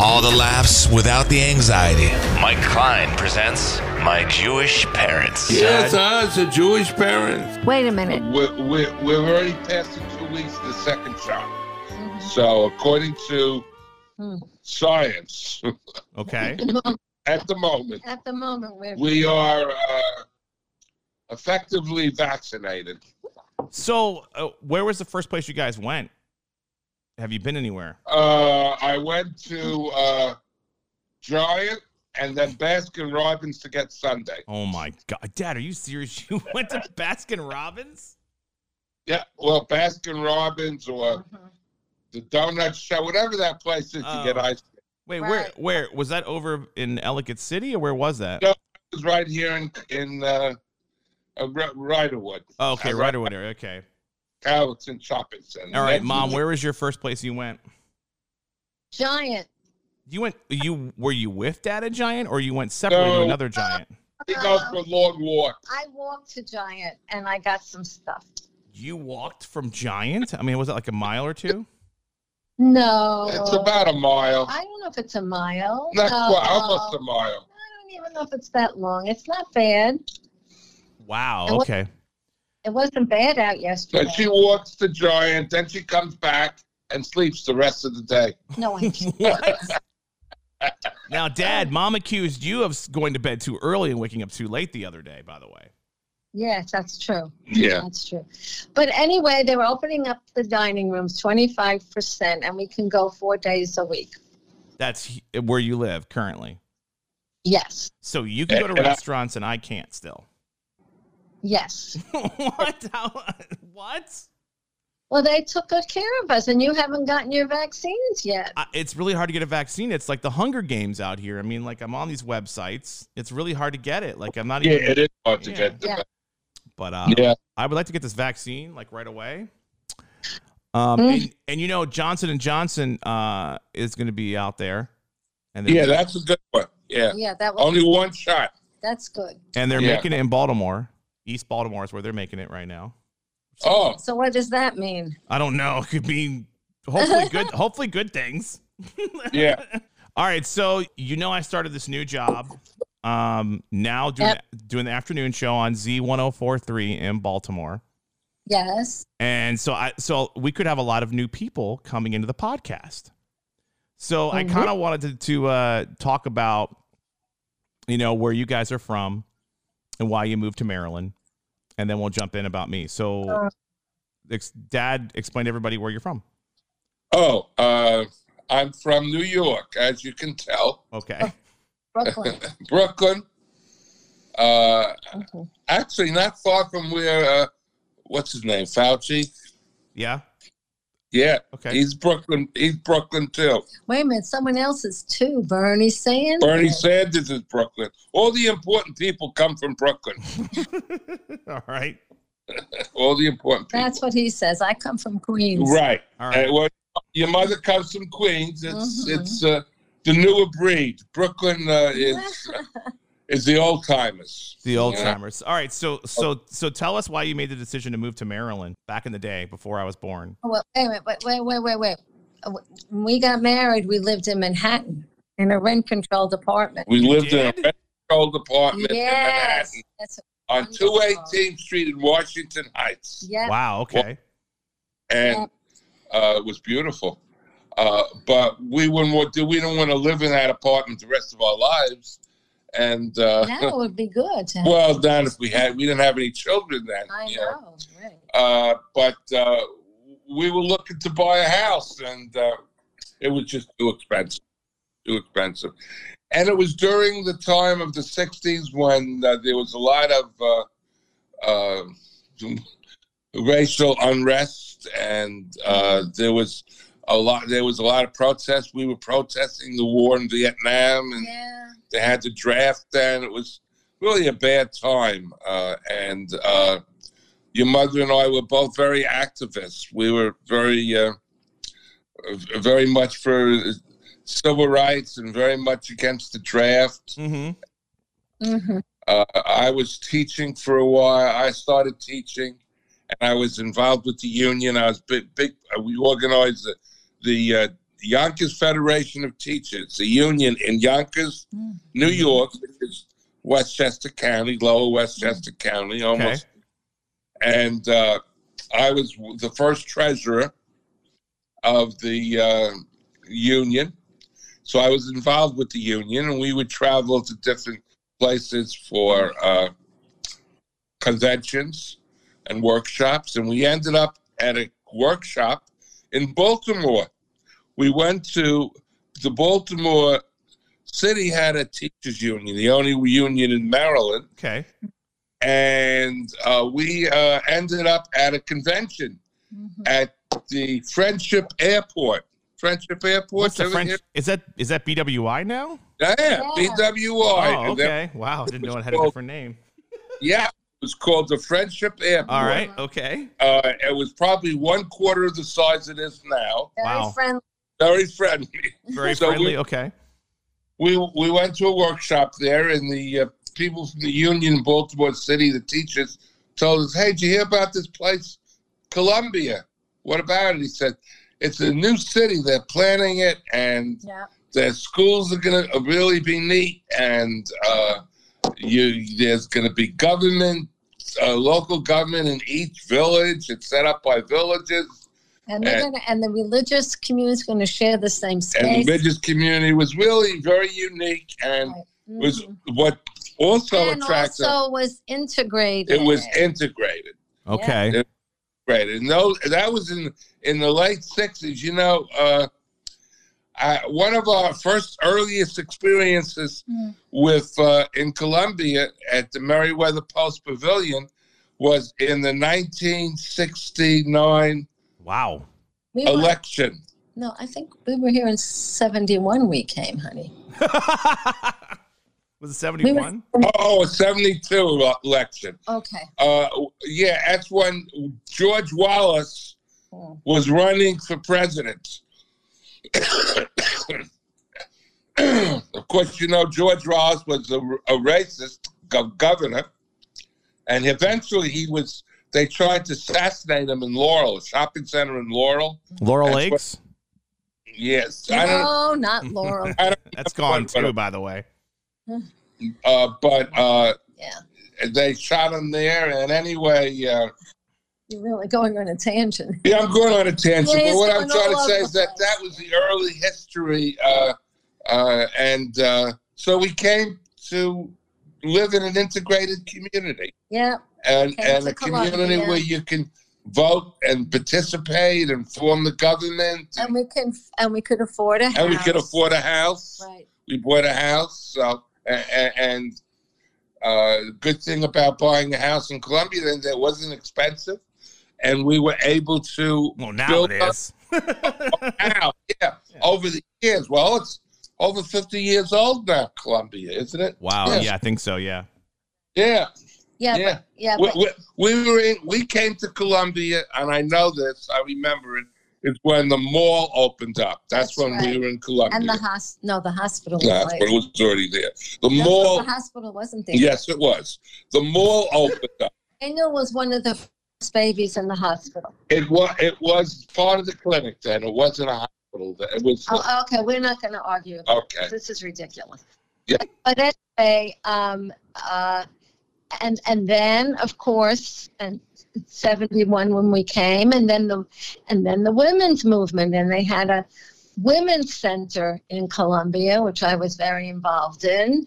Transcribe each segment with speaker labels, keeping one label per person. Speaker 1: All the laughs without the anxiety.
Speaker 2: Mike Klein presents My Jewish Parents.
Speaker 3: Yes, us, the Jewish parents.
Speaker 4: Wait a minute.
Speaker 5: We're, we're, we're already past the two weeks of the second shot. So, according to
Speaker 4: Mm-hmm. Hmm.
Speaker 5: science,
Speaker 6: Okay.
Speaker 5: at the moment,
Speaker 4: At the moment, we're
Speaker 5: we are uh, effectively vaccinated.
Speaker 6: So, uh, where was the first place you guys went? Have you been anywhere?
Speaker 5: Uh, I went to uh, Giant and then Baskin Robbins to get Sunday.
Speaker 6: Oh my god, Dad, are you serious? You went to Baskin Robbins?
Speaker 5: Yeah, well, Baskin Robbins or
Speaker 4: Mhm.
Speaker 5: the donut shop, whatever that place is, you
Speaker 6: Oh.
Speaker 5: get ice cream.
Speaker 6: Wait, where?
Speaker 4: Right.
Speaker 6: Where was that? Over in Ellicott City, or where was that?
Speaker 5: No. It was right here in in uh, uh, Ri- Riderwood.
Speaker 6: Oh, okay,
Speaker 5: Uh,
Speaker 6: right over there. Okay.
Speaker 5: Carrollton Shopping Center.
Speaker 6: All right,
Speaker 5: That's-
Speaker 6: Mom, where was your first place you went?
Speaker 4: giant.
Speaker 6: You went. You were you with Dad at Giant, or you went separately to
Speaker 5: No.
Speaker 6: another Giant?
Speaker 5: We go for a long walk.
Speaker 4: I walked to Giant and I got some stuff.
Speaker 6: You walked from Giant. I mean, was it like a mile or two?
Speaker 4: No.
Speaker 5: It's about a mile.
Speaker 4: Oh. I don't know if it's a mile.
Speaker 5: Not
Speaker 4: No.
Speaker 5: quite, almost a mile.
Speaker 4: I don't even know if it's that long. It's not bad.
Speaker 6: Wow.
Speaker 4: And what-
Speaker 6: Okay.
Speaker 4: It wasn't bad out yesterday.
Speaker 5: But she walks the giant, then she comes back and sleeps the rest of the day.
Speaker 4: No, I didn't.
Speaker 6: What? now, Dad, Mom accused you of s- going to bed too early and waking up too late the other day. By the way.
Speaker 4: yes, that's true.
Speaker 5: Yeah.
Speaker 4: That's true. But anyway, they were opening up the dining rooms 25%, and we can go four days a week.
Speaker 6: That's h- where you live currently.
Speaker 4: Yes.
Speaker 6: So you can go to
Speaker 5: And I-
Speaker 6: restaurants and I can't still.
Speaker 4: Yes.
Speaker 6: what? How- what?
Speaker 4: Well, they took good care of us, and you haven't gotten your vaccines yet.
Speaker 6: I, it's really hard to get a vaccine. It's like the Hunger Games out here. I mean, like I'm on these websites. It's really hard to get it. Like I'm not
Speaker 5: Yeah,
Speaker 6: even.
Speaker 5: it is hard to
Speaker 6: Yeah.
Speaker 5: get the Oh,
Speaker 4: Yeah.
Speaker 6: But uh,
Speaker 5: Yeah.
Speaker 6: I would like to get this vaccine like right away. Um,
Speaker 5: Mm.
Speaker 6: and, and you know Johnson and Johnson uh is going to be out there, and they're,
Speaker 5: Yeah, that's a good one. Yeah. Oh.
Speaker 4: Yeah, that was,
Speaker 5: Only one shot.
Speaker 4: that's good.
Speaker 6: and they're
Speaker 5: Yeah.
Speaker 6: making it in Baltimore. East Baltimore is where they're making it right now.
Speaker 5: Oh,
Speaker 4: So, what does that mean?
Speaker 6: I don't know. It could mean hopefully good. hopefully good things.
Speaker 5: yeah.
Speaker 6: All right, so you know I started this new job. Um, now doing
Speaker 4: Yep.
Speaker 6: doing the afternoon show on Z one oh four three in Baltimore.
Speaker 4: Yes.
Speaker 6: And so I so we could have a lot of new people coming into the podcast. So I
Speaker 4: Mhm.
Speaker 6: kind of wanted to, to uh talk about you know where you guys are from and why you moved to Maryland and then we'll jump in about me. So
Speaker 4: Sure.
Speaker 6: ex- dad explain to everybody where you're from.
Speaker 5: Oh, uh, I'm from New York, as you can tell,
Speaker 6: Okay.
Speaker 4: Brooklyn.
Speaker 5: Brooklyn. Uh,
Speaker 4: Mhm.
Speaker 5: actually, not far from where, uh, what's his name, Fauci?
Speaker 6: yeah.
Speaker 5: Yeah,
Speaker 6: Okay.
Speaker 5: he's Brooklyn. He's Brooklyn too.
Speaker 4: Wait a minute. Someone else is too. Bernie Sanders.
Speaker 5: Bernie Sanders is Brooklyn. All the important people come from Brooklyn.
Speaker 6: All right.
Speaker 5: All the important people.
Speaker 4: That's what he says. I come from Queens.
Speaker 5: right.
Speaker 6: All right.
Speaker 5: Uh, well, your mother comes from Queens. It's
Speaker 4: Mhm.
Speaker 5: it's uh, the newer breed. Brooklyn uh, is is the old timers.
Speaker 6: The old
Speaker 5: Yeah. Oh.
Speaker 6: timers. All right, so so so tell us why you made the decision to move to Maryland back in the day before I was born.
Speaker 4: Oh, Well, wait, a minute, wait, wait, wait, wait, wait. Uh, When we got married, we lived in Manhattan in a rent controlled apartment.
Speaker 5: We lived in a
Speaker 6: did?
Speaker 5: rent controlled apartment in
Speaker 4: Yes.
Speaker 5: Manhattan
Speaker 4: That's,
Speaker 5: on
Speaker 4: Wonderful.
Speaker 5: 218th Street in Washington Heights,
Speaker 4: yeah.
Speaker 6: Wow, okay.
Speaker 5: and uh, it was beautiful. Uh, but we wouldn't want to, we didn't want to live in that apartment the rest of our lives, and uh,
Speaker 4: Now it would be good. To have,
Speaker 5: well, then if we had we didn't have any children then.
Speaker 4: I
Speaker 5: you
Speaker 4: know. Right.
Speaker 5: uh, but uh, we were looking to buy a house, and uh, it was just too expensive, too expensive. And it was during the time of the '60s when uh, there was a lot of uh, uh, racial unrest, and uh, there was a lot. There was a lot of protests. We were protesting the war in Vietnam, and
Speaker 4: Yeah.
Speaker 5: they had the draft then. It was really a bad time. Uh, and uh, your mother and I were both very activists. We were very, uh, v- very much for civil rights and very much against the draft.
Speaker 6: hmm
Speaker 4: hmm
Speaker 5: Uh, I was teaching for a while. I started teaching, and I was involved with the union. I was big, big. We organized the, the uh, Yonkers Federation of Teachers, the union in Yonkers, New York, which is Westchester County, Lower Westchester County, almost. And uh, I was w- the first treasurer of the uh, union, so I was involved with the union, and we would travel to different places for uh, conventions and workshops, and we ended up at a workshop in Baltimore. We went to the Baltimore City had a teachers union, the only union in Maryland,
Speaker 6: Okay.
Speaker 5: and uh, we uh, ended up at a convention
Speaker 4: mm-hmm.
Speaker 5: at the Friendship Airport. Friendship Airport.
Speaker 6: What's the
Speaker 5: Ever
Speaker 6: French?
Speaker 5: hear-
Speaker 6: Is that is that BWI now?
Speaker 5: Yeah,
Speaker 4: Yeah.
Speaker 5: BWI.
Speaker 6: oh,
Speaker 5: And that-
Speaker 6: okay. Wow, didn't know it had a
Speaker 5: Well-
Speaker 6: different name.
Speaker 5: yeah, it was called the Friendship Airport.
Speaker 6: All right. Okay.
Speaker 5: Uh, it was probably one quarter of the size it is now.
Speaker 4: Very
Speaker 6: Wow.
Speaker 4: friendly.
Speaker 5: Very friendly.
Speaker 6: Very
Speaker 5: So we-
Speaker 6: friendly. okay.
Speaker 5: we we went to a workshop there, and the uh, people from the union in Baltimore City, the teachers, told us, "Hey, did you hear about this place, Columbia? What about it?" He said, "It's a new city. They're planning it, and
Speaker 4: Yeah.
Speaker 5: their schools are going to really be neat, and uh, you there's going to be government, uh, local government in each village. It's set up by villages."
Speaker 4: And they're
Speaker 5: Uh,
Speaker 4: gonna, and the religious community's going to share the same
Speaker 5: And the
Speaker 4: space.
Speaker 5: religious community was really very unique, and was
Speaker 4: Mhm.
Speaker 5: what also
Speaker 4: and
Speaker 5: attracted.
Speaker 4: also was integrated.
Speaker 5: It was integrated,
Speaker 6: Okay.
Speaker 5: Yeah. right? And those that was in in the late sixties. You know, uh, I, one of our first earliest experiences
Speaker 4: Mm.
Speaker 5: with uh, in Columbia at the Meriwether Post Pavilion was in the nineteen sixty nine
Speaker 6: Wow.
Speaker 4: we were,
Speaker 5: election.
Speaker 4: no, I think we were here in '71. We came, honey.
Speaker 6: was it 71?
Speaker 5: Oh, 72 election.
Speaker 4: Okay.
Speaker 5: Uh, yeah, that's when George Wallace
Speaker 4: Mm.
Speaker 5: was running for president. of course, you know, George Ross was a, a racist go- governor, and eventually he was, they tried to assassinate him in Laurel, a shopping center in Laurel.
Speaker 6: Laurel
Speaker 5: That's what-
Speaker 6: Lakes?
Speaker 5: Yes. I don't,
Speaker 4: No, not Laurel.
Speaker 5: I don't,
Speaker 6: That's gone
Speaker 5: But-
Speaker 6: too, by the way.
Speaker 5: uh, but uh,
Speaker 4: yeah,
Speaker 5: they shot him there, and anyway, uh,
Speaker 4: you're really going on a tangent.
Speaker 5: Yeah, I'm going on a tangent,
Speaker 4: Yeah,
Speaker 5: but
Speaker 4: he's
Speaker 5: what I'm
Speaker 4: going
Speaker 5: trying to
Speaker 4: all
Speaker 5: say
Speaker 4: over
Speaker 5: is that
Speaker 4: the place.
Speaker 5: that was the early history, uh, uh, and uh, so we came to live in an integrated community
Speaker 4: Yeah.
Speaker 5: and
Speaker 4: Came
Speaker 5: and
Speaker 4: to
Speaker 5: a community
Speaker 4: Columbia.
Speaker 5: where you can vote and participate and form the government, and,
Speaker 4: and we can and we could afford a house.
Speaker 5: we could afford a house.
Speaker 4: right
Speaker 5: We bought a house, so and. and uh, good thing about buying a house in Columbia then that it wasn't expensive, and we were able to
Speaker 6: Well, now
Speaker 5: build
Speaker 6: it
Speaker 5: up
Speaker 6: is.
Speaker 5: now, yeah, over the years. Well, it's over 50 years old now, Columbia, isn't it?
Speaker 6: wow.
Speaker 5: Yes.
Speaker 6: Yeah, I think so. Yeah.
Speaker 5: Yeah,
Speaker 4: yeah
Speaker 5: yeah.
Speaker 4: yeah, yeah
Speaker 5: We,
Speaker 4: but
Speaker 5: we, we were in, we came to Columbia, and I know this, I remember it. It's when the mall opened up. That's,
Speaker 4: That's
Speaker 5: when we
Speaker 4: right.
Speaker 5: were in Columbia.
Speaker 4: and the hos no the hospital was
Speaker 5: That's
Speaker 4: like-
Speaker 5: when it was already there. The
Speaker 4: No,
Speaker 5: mall,
Speaker 4: the hospital wasn't there
Speaker 5: yes, it was. The mall opened up.
Speaker 4: daniel was one of the first babies in the hospital
Speaker 5: It was it was part of the clinic then. It wasn't a hospital. then. It was
Speaker 4: oh, okay we're not going to argue about
Speaker 5: okay.
Speaker 4: this. this is ridiculous
Speaker 5: Yeah.
Speaker 4: but anyway um uh and and then of course and 71 when we came and then the and then the women's movement and they had a women's center in Columbia which I was very involved in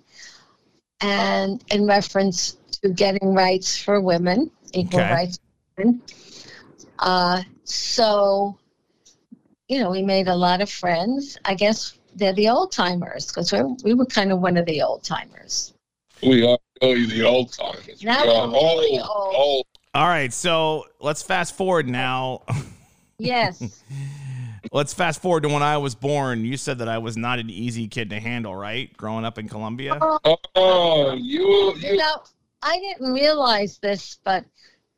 Speaker 4: and in reference to getting rights for women equal
Speaker 6: Okay.
Speaker 4: rights for women. Uh, so you know we made a lot of friends I guess they're the old timers because we were kind of one of the old timers
Speaker 5: We are really the old timers.
Speaker 4: Now
Speaker 5: we are
Speaker 4: we're really
Speaker 5: old,
Speaker 4: old.
Speaker 5: old
Speaker 6: All right. So let's fast forward now.
Speaker 4: yes
Speaker 6: let's fast forward to when I was born. You said that I was not an easy kid to handle, right? Growing up in Columbia.
Speaker 4: Oh,
Speaker 5: Oh, you,
Speaker 4: you
Speaker 5: you
Speaker 4: know, I didn't realize this, but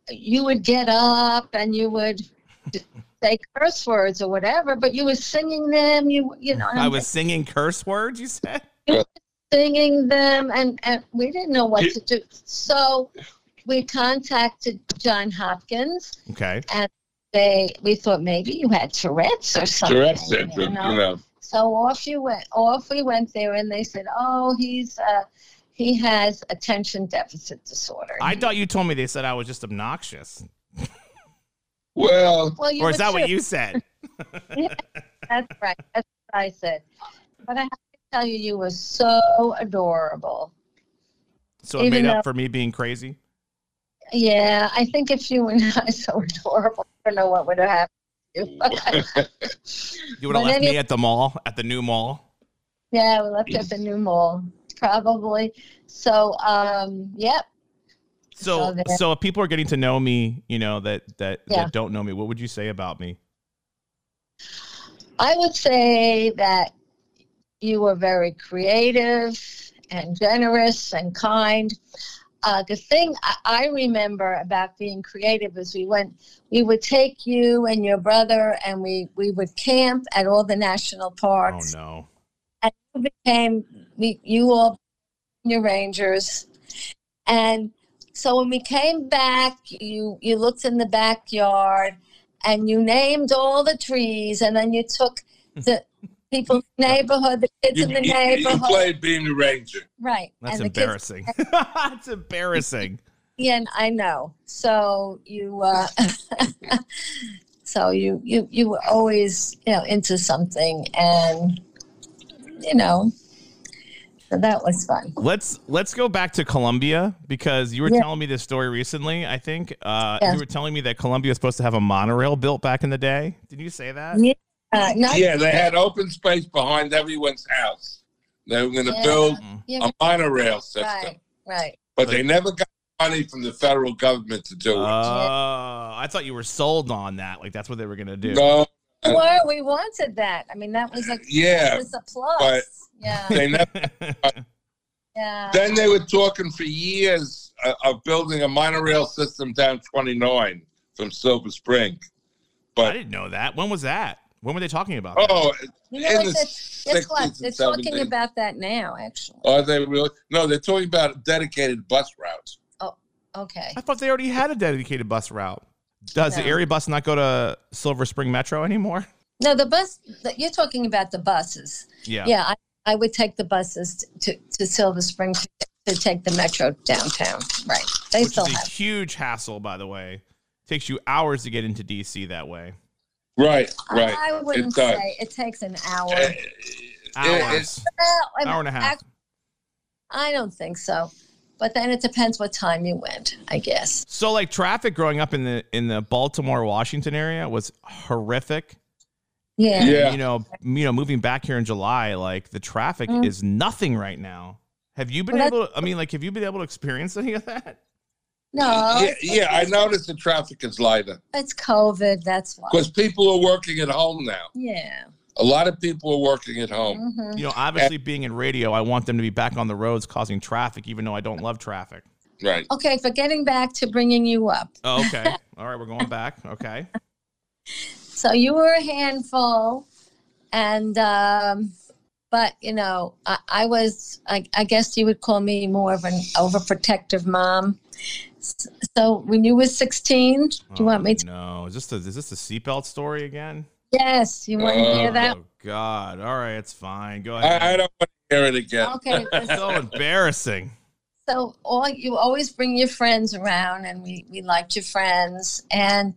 Speaker 4: you would get up and you would d- say curse words or whatever, but you were singing them. You you know, and
Speaker 6: I
Speaker 4: I'm
Speaker 6: was singing curse words, you said?
Speaker 4: singing them, and, and we didn't know what
Speaker 5: You-
Speaker 4: to do. So we contacted John Hopkins,
Speaker 6: Okay.
Speaker 4: they we thought maybe you had Tourette's or something.
Speaker 5: Tourette's syndrome,
Speaker 4: you know?
Speaker 5: you know.
Speaker 4: So off you went. Off we went there, and they said, "Oh, he's uh, he has attention deficit disorder."
Speaker 6: I thought you told me they said I was just obnoxious.
Speaker 5: Well,
Speaker 4: Well, you
Speaker 6: Or is
Speaker 4: were
Speaker 6: that what
Speaker 4: too.
Speaker 6: you said?
Speaker 4: That's right. That's what I said. But I have to tell you, you were so adorable.
Speaker 6: So it
Speaker 4: Even
Speaker 6: made
Speaker 4: though-
Speaker 6: up for me being crazy?
Speaker 4: Yeah, I think if you were not so adorable, I don't know what would have happened. to you.
Speaker 6: You would have
Speaker 4: But
Speaker 6: left
Speaker 4: any-
Speaker 6: me at the mall, at the new mall.
Speaker 4: yeah, we left at the new mall, probably. So, um, yep.
Speaker 6: So,
Speaker 4: So there-
Speaker 6: so if people are getting to know me, you know that that,
Speaker 4: Oh, Yeah.
Speaker 6: that don't know me, what would you say about me?
Speaker 4: I would say that you were very creative and generous and kind. Uh, the thing I, I remember about being creative is we went, we would take you and your brother, and we we would camp at all the national
Speaker 6: Oh
Speaker 4: parks.
Speaker 6: no!
Speaker 4: You became we, you all your rangers, and so when we came back, you you looked in the backyard, and you named all the trees, and then you took the people's neighborhood, the kids
Speaker 5: Hmm. you,
Speaker 4: in the
Speaker 5: you- you
Speaker 4: neighborhood,
Speaker 5: played being the ranger.
Speaker 4: right?
Speaker 6: That's
Speaker 4: and the kids
Speaker 6: embarrassing. That's embarrassing.
Speaker 4: Yeah, and I know. So you, uh, so you, you, you were always, you know, into something, and you know, so that was fun.
Speaker 6: Let's let's go back to Colombia because you were
Speaker 4: Yeah.
Speaker 6: telling me this story recently. I think uh,
Speaker 4: Yeah.
Speaker 6: you were telling me that Colombia was supposed to have a monorail built back in the day. Did you say that?
Speaker 4: Yeah. Uh, not,
Speaker 5: Yeah, they had open space behind everyone's house. They were going to
Speaker 4: Yeah.
Speaker 5: build
Speaker 4: yeah,
Speaker 5: a monorail system,
Speaker 4: right, right.
Speaker 5: but they never got money from the federal government to do
Speaker 6: Oh,
Speaker 5: it.
Speaker 6: I thought you were sold on that. Like that's what they were gonna do.
Speaker 5: no, Uh,
Speaker 4: Well, we wanted that. I mean, that was a that
Speaker 5: yeah,
Speaker 4: was a plus.
Speaker 5: but-
Speaker 4: yeah,
Speaker 5: they never.
Speaker 4: yeah.
Speaker 5: Then they were talking for years uh, of building a monorail system down 29 from Silver Spring.
Speaker 6: I
Speaker 5: But
Speaker 6: didn't know that. When was that? When were they talking about that?
Speaker 5: oh,
Speaker 4: You know
Speaker 5: in
Speaker 4: what?
Speaker 5: the
Speaker 4: That's- Guess what?
Speaker 5: 60s
Speaker 4: They're
Speaker 5: and
Speaker 4: talking
Speaker 5: 70s.
Speaker 4: about that now, actually.
Speaker 5: Are they really? No, they're talking about dedicated bus routes.
Speaker 4: Okay.
Speaker 6: I thought they already had a dedicated bus route. Does the
Speaker 4: No.
Speaker 6: area bus not go to Silver Spring Metro anymore?
Speaker 4: No, the bus. You're talking about the buses.
Speaker 6: Yeah.
Speaker 4: yeah I, I would take the buses to, to Silver Spring to, to take the metro downtown. Right. They
Speaker 6: Which is
Speaker 4: still
Speaker 6: a
Speaker 4: have.
Speaker 6: huge hassle, by the way. Takes you hours to get into DC that way.
Speaker 5: Right, right.
Speaker 4: I, I wouldn't
Speaker 5: It does.
Speaker 4: say it takes an hour.
Speaker 5: Uh,
Speaker 6: Hours.
Speaker 4: Well, I, mean,
Speaker 6: Hour and a half.
Speaker 4: act- I don't think so. But then it depends what time you went, I guess.
Speaker 6: So like traffic growing up in the in the Baltimore, Washington area was horrific.
Speaker 4: Yeah.
Speaker 5: Yeah.
Speaker 6: You know, you know, moving back here in July, like the traffic
Speaker 4: Mm.
Speaker 6: is nothing right now. Have you been
Speaker 4: Well,
Speaker 6: able I mean, like have you been able to experience any of that?
Speaker 4: No,
Speaker 5: yeah, yeah, I noticed the traffic is lighter
Speaker 4: it's COVID. That's why.
Speaker 5: because people are working at home now.
Speaker 4: Yeah.
Speaker 5: A lot of people are working at home.
Speaker 4: hmm
Speaker 6: You know, obviously being in radio, I want them to be back on the roads causing traffic, even though I don't love traffic.
Speaker 5: Right.
Speaker 4: Okay, for getting back to bringing you up.
Speaker 6: Oh, okay. All right, we're going back. Okay.
Speaker 4: So you were a handful, and um, but you know, I, I was. I, I guess you would call me more of an overprotective mom. S- So when you were sixteen, do you want me to?
Speaker 6: Oh, No. Is this the is this the seatbelt story again?
Speaker 4: Yes, you want to hear
Speaker 5: Uh,
Speaker 4: that?
Speaker 6: Oh God. All right, it's fine. Go ahead.
Speaker 5: I, I don't want to hear it again.
Speaker 4: Okay.
Speaker 6: so embarrassing.
Speaker 4: so all you always bring your friends around, and we we liked your friends, and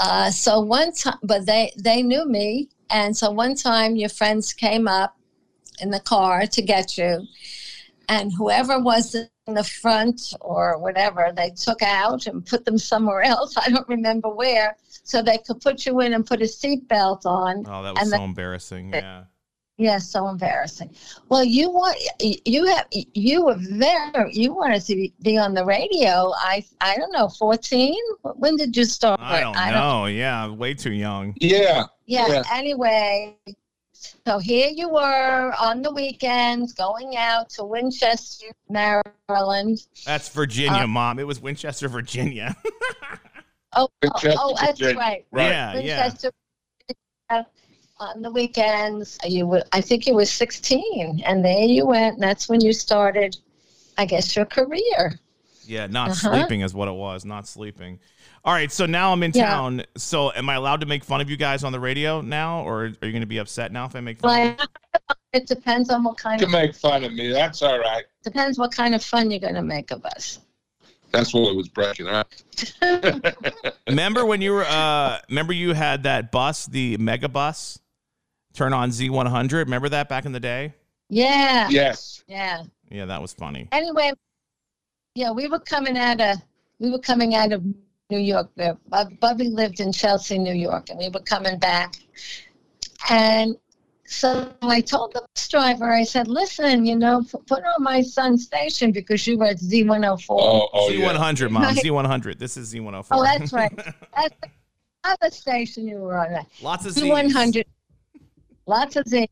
Speaker 4: uh, so one time, but they they knew me, and so one time your friends came up in the car to get you, and whoever was in the front or whatever they took out and put them somewhere else. I don't remember where, so they could put you in and put a seatbelt on.
Speaker 6: Oh, that was
Speaker 4: And
Speaker 6: so
Speaker 4: the-
Speaker 6: embarrassing. Yeah.
Speaker 4: Yeah, so embarrassing. Well, you want you have you were there. You wanted to be, be on the radio. I I don't know, fourteen. When did you start?
Speaker 6: I don't know. Yeah, way too young.
Speaker 5: Yeah.
Speaker 4: Yeah,
Speaker 5: Yeah.
Speaker 4: Anyway, so here you were on the weekends going out to Winchester, Maryland.
Speaker 6: That's Virginia,
Speaker 4: Uh,
Speaker 6: mom. It was Winchester, Virginia.
Speaker 4: Oh, oh,
Speaker 5: Winchester,
Speaker 4: oh, that's
Speaker 5: Virginia.
Speaker 4: right.
Speaker 5: Right.
Speaker 6: Yeah, yeah.
Speaker 4: Winchester. Virginia, On the weekends, you were, I think you were 16, and there you went, and that's when you started, I guess, your career.
Speaker 6: Yeah, not
Speaker 4: Uh-huh.
Speaker 6: sleeping is what it was. Not sleeping. All right, so now I'm in
Speaker 4: Yeah.
Speaker 6: town. So am I allowed to make fun of you guys on the radio now, or are you going to be upset now if I make fun? of you?
Speaker 4: Like, it depends on what kind
Speaker 5: You
Speaker 4: of
Speaker 5: can make fun of me. That's all right.
Speaker 4: depends what kind of fun you're gonna make of us.
Speaker 5: That's what I was breaking up.
Speaker 6: remember when you were? Uh, remember you had that bus, the mega bus, turn on Z100. Remember that back in the day?
Speaker 4: Yeah,
Speaker 5: Yes.
Speaker 4: yeah.
Speaker 6: Yeah, that was funny.
Speaker 4: Anyway, yeah, we were coming out of we were coming out of New York. Uh, Bub- Bubby lived in Chelsea, New York, and we were coming back. And so I told the bus driver, I said, "Listen, you know, p- put on my son's station because you were at Z104."
Speaker 5: Oh, oh yeah.
Speaker 6: Z100, mom.
Speaker 4: Right.
Speaker 6: Z100. This is Z104.
Speaker 4: Oh, that's right. That's the other station you were on.
Speaker 6: Lots of Z's.
Speaker 4: Z one hundred. Lots of Z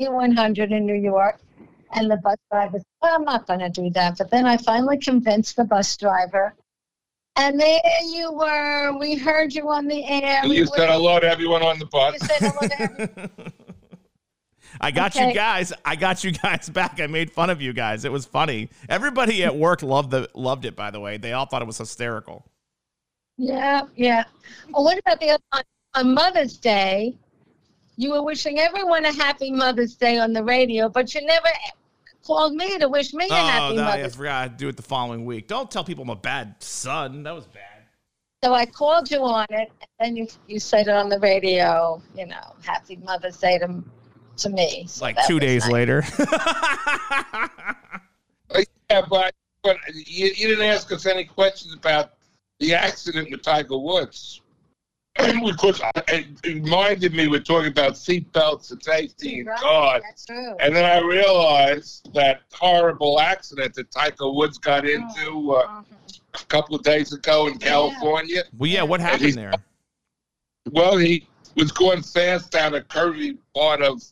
Speaker 4: one hundred in New York. And the bus driver said, well, I'm not gonna do that. But then I finally convinced the bus driver. And there you were. We heard you on the air.
Speaker 5: And
Speaker 4: We
Speaker 5: you
Speaker 4: were-
Speaker 5: said hello to everyone on the
Speaker 4: you
Speaker 5: bus.
Speaker 4: said hello to everyone.
Speaker 6: I got you
Speaker 4: Okay.
Speaker 6: guys. I got you guys back. I made fun of you guys. It was funny. Everybody at work loved the loved it. By the way, they all thought it was hysterical.
Speaker 4: Yeah, yeah. Well, what about the other on, on Mother's Day? You were wishing everyone a happy Mother's Day on the radio, but you never called me to wish me a
Speaker 6: Oh,
Speaker 4: happy
Speaker 6: no, I
Speaker 4: Mother's Day.
Speaker 6: forgot. I'd do it the following week. Don't tell people I'm a bad son. That was bad.
Speaker 4: So I called you on it, and then you you said it on the radio. You know, Happy Mother's Day to to me. So
Speaker 6: Like
Speaker 4: that
Speaker 6: two
Speaker 4: was
Speaker 6: days
Speaker 4: nice.
Speaker 6: later.
Speaker 5: Yeah, but, but you, you didn't ask us any questions about the accident with Tiger Woods. because I, it reminded me we're talking about seatbelts and safety. and
Speaker 4: Right,
Speaker 5: God.
Speaker 4: That's true.
Speaker 5: And then I realized that horrible accident that Tiger Woods got into uh,
Speaker 4: Mhm.
Speaker 5: a couple of days ago in
Speaker 4: Oh. Yeah.
Speaker 5: California.
Speaker 6: well, yeah. What happened there?
Speaker 5: Well, he was going fast down a curvy part of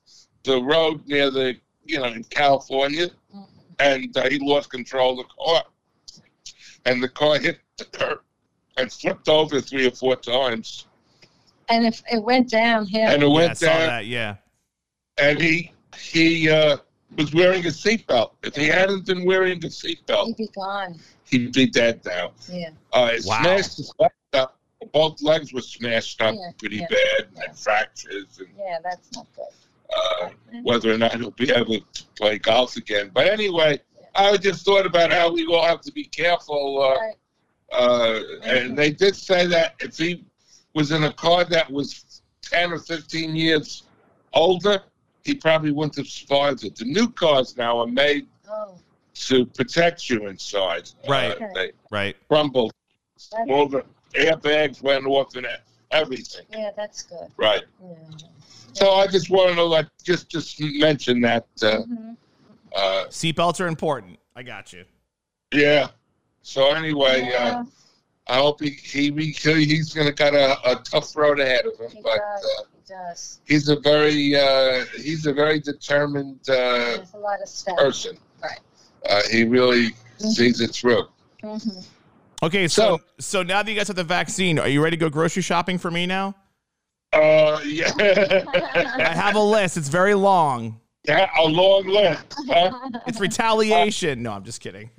Speaker 5: the road near the, you know, in California,
Speaker 4: Mhm.
Speaker 5: and uh, he lost control of the car. And the car hit the curb and flipped over three or four times.
Speaker 4: And if it went down here,
Speaker 5: And it
Speaker 6: Yeah, I
Speaker 5: went
Speaker 6: saw
Speaker 5: down,
Speaker 6: that. Yeah.
Speaker 5: and he he uh, was wearing a seatbelt. If he hadn't been wearing a
Speaker 4: he'd
Speaker 5: seatbelt,
Speaker 4: be gone.
Speaker 5: he'd be dead now.
Speaker 4: Yeah.
Speaker 5: Uh, it
Speaker 6: Wow.
Speaker 5: smashed his legs up. Both legs were smashed up
Speaker 4: Yeah,
Speaker 5: pretty
Speaker 4: yeah,
Speaker 5: bad,
Speaker 4: yeah.
Speaker 5: and fractures, and
Speaker 4: Yeah, that's not good.
Speaker 5: uh, whether or not he'll be able to play golf again. But anyway, I just thought about how we all have to be careful.
Speaker 4: Right.
Speaker 5: Uh, uh, and they did say that if he was in a car that was 10 or 15 years older, he probably wouldn't have survived it. The new cars now are made
Speaker 4: Oh,
Speaker 5: to protect you inside.
Speaker 6: Right.
Speaker 5: Uh, they
Speaker 6: Right.
Speaker 5: crumbled. All the airbags went off and everything.
Speaker 4: yeah, that's good.
Speaker 5: Right.
Speaker 4: Yeah.
Speaker 5: So I just wanted to like just just mention that uh,
Speaker 4: Mhm.
Speaker 5: uh,
Speaker 6: Seatbelts are important. I got you.
Speaker 5: Yeah. So anyway,
Speaker 4: Yeah.
Speaker 5: uh, I hope he, he, he he's gonna got a, a tough road ahead of
Speaker 4: He
Speaker 5: him, but
Speaker 4: does.
Speaker 5: uh,
Speaker 4: He does.
Speaker 5: he's a very uh, he's a very determined uh,
Speaker 4: There's a lot of stuff.
Speaker 5: person.
Speaker 4: Right. Mm-hmm.
Speaker 5: Uh, he really sees it through.
Speaker 4: Mhm.
Speaker 6: Okay. So, so now that you guys have the vaccine, are you ready to go grocery shopping for me now?
Speaker 5: Uh, yeah.
Speaker 6: I have a list. It's very long.
Speaker 5: yeah, a long list. huh?
Speaker 6: It's retaliation. No, I'm just kidding.